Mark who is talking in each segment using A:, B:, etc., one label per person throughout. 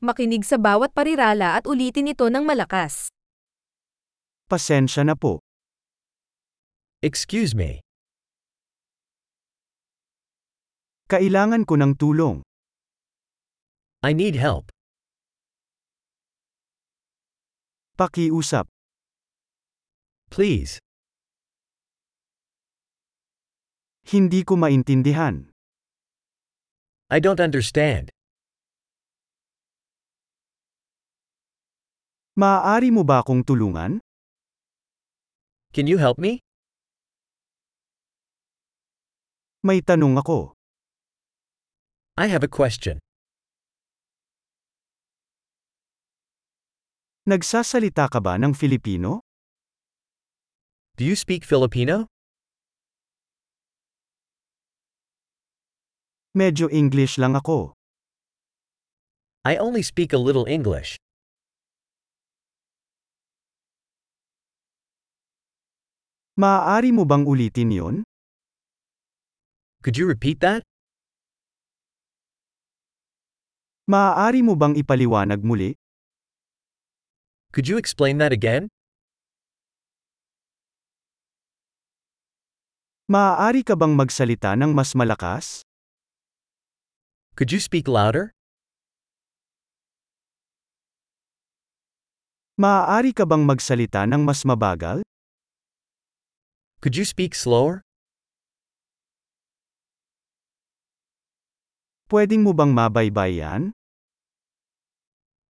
A: Makinig sa bawat parirala at ulitin ito ng malakas.
B: Pasensya na po.
C: Excuse me.
B: Kailangan ko ng tulong.
C: I need help.
B: Pakiusap.
C: Please.
B: Hindi ko maintindihan.
C: I don't understand.
B: Maaari mo ba akong tulungan?
C: Can you help me?
B: May tanong ako.
C: I have a question.
B: Nagsasalita ka ba ng Filipino?
C: Do you speak Filipino?
B: Medyo English lang ako.
C: I only speak a little English.
B: Maaari mo bang ulitin yon?
C: Could you repeat that?
B: Maaari mo bang ipaliwanag muli?
C: Could you explain that again?
B: Maaari ka bang magsalita ng mas malakas?
C: Could you speak louder?
B: Maaari ka bang magsalita ng mas mabagal?
C: Could you speak slower?
B: Pwedeng mo bang mabaybayan?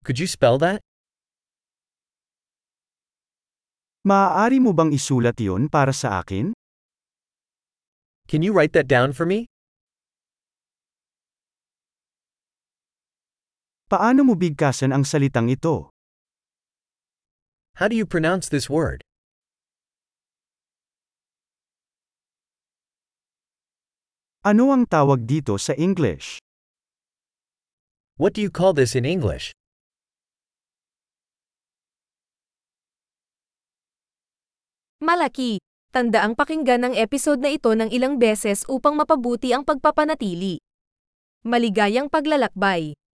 C: Could you spell that?
B: Maaari mo bang isulat yon para sa akin?
C: Can you write that down for me?
B: Paano mo bigkasan ang salitang ito?
C: How do you pronounce this word?
B: Ano ang tawag dito sa English?
C: What do you call this in English?
A: Malaki. Tanda ang pakinggan ng episode na ito ng ilang beses upang mapabuti ang pagpapanatili. Maligayang paglalakbay!